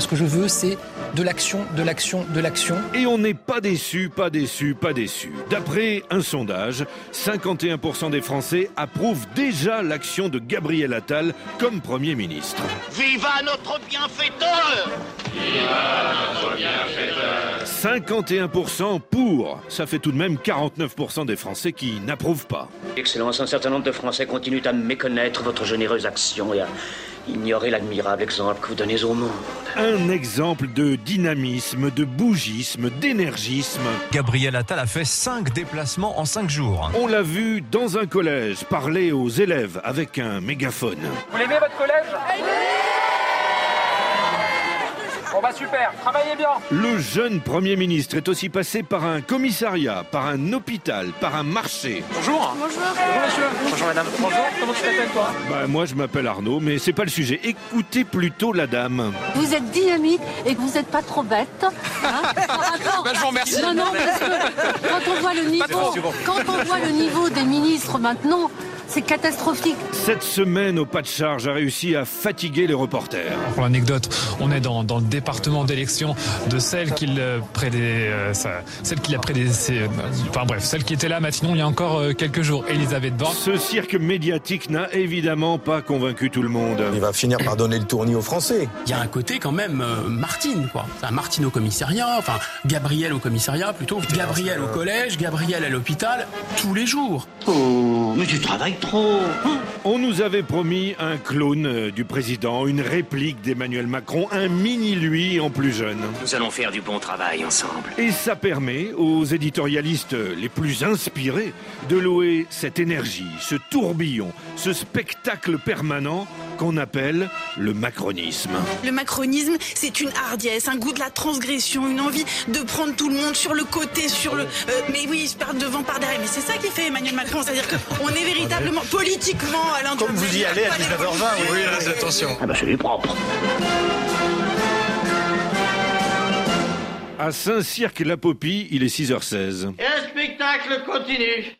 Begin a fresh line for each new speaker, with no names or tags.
ce que je veux, c'est de l'action, de l'action, de l'action.
Et on n'est pas déçu, pas déçu, pas déçu. D'après un sondage, 51% des Français approuvent déjà l'action de Gabriel Attal comme Premier ministre.
Viva notre bienfaiteur Viva notre
bienfaiteur 51% pour, ça fait tout de même 49% des Français qui n'approuvent pas.
Excellence, un certain nombre de Français continuent à méconnaître votre généreuse action et à ignorer l'admirable exemple que vous donnez au monde.
Un exemple de dynamisme, de bougisme, d'énergisme.
Gabriel Attal a fait 5 déplacements en 5 jours.
On l'a vu dans un collège parler aux élèves avec un mégaphone.
Vous l'aimez votre collège Bon bah super, travaillez bien
Le jeune Premier ministre est aussi passé par un commissariat, par un hôpital, par un marché.
Bonjour
Bonjour
Bonjour monsieur Bonjour madame Bonjour, comment tu t'appelles toi
Bah moi je m'appelle Arnaud, mais c'est pas le sujet. Écoutez plutôt la dame.
Vous êtes dynamique et que vous n'êtes pas trop bête. Hein
bah, je vous remercie
Non, non, parce que quand on voit le niveau, quand on voit le niveau des ministres maintenant, c'est catastrophique.
Cette semaine, au pas de charge, a réussi à fatiguer les reporters.
Pour l'anecdote, on est dans, dans le département d'élection de celle qu'il euh, prédé, euh, ça, celle qu'il a prédécé. Euh, enfin bref, celle qui était là maintenant il y a encore euh, quelques jours, Elisabeth Borne.
Ce cirque médiatique n'a évidemment pas convaincu tout le monde.
Il va finir par donner le tournis aux Français.
Il y a un côté quand même euh, Martine, quoi. Enfin, Martine au commissariat, enfin Gabriel au commissariat plutôt, Gabriel au collège, Gabriel à l'hôpital, tous les jours.
Oh, mais tu travailles trop.
On nous avait promis un clone du président, une réplique d'Emmanuel Macron, un mini lui en plus jeune.
Nous allons faire du bon travail ensemble.
Et ça permet aux éditorialistes les plus inspirés de louer cette énergie, ce tourbillon, ce spectacle permanent qu'on appelle le macronisme.
Le macronisme, c'est une hardiesse, un goût de la transgression, une envie de prendre tout le monde sur le côté, sur le. Euh, mais oui, se perdent devant, par derrière. Mais c'est ça qui fait Emmanuel Macron, c'est-à-dire qu'on est véritablement politiquement à l'intérieur.
Comme vous y allez à 19h20, oui, oui, attention.
Ah bah, c'est du propre.
À Saint-Cirque-la-Popie, il est 6h16.
Et le spectacle continue.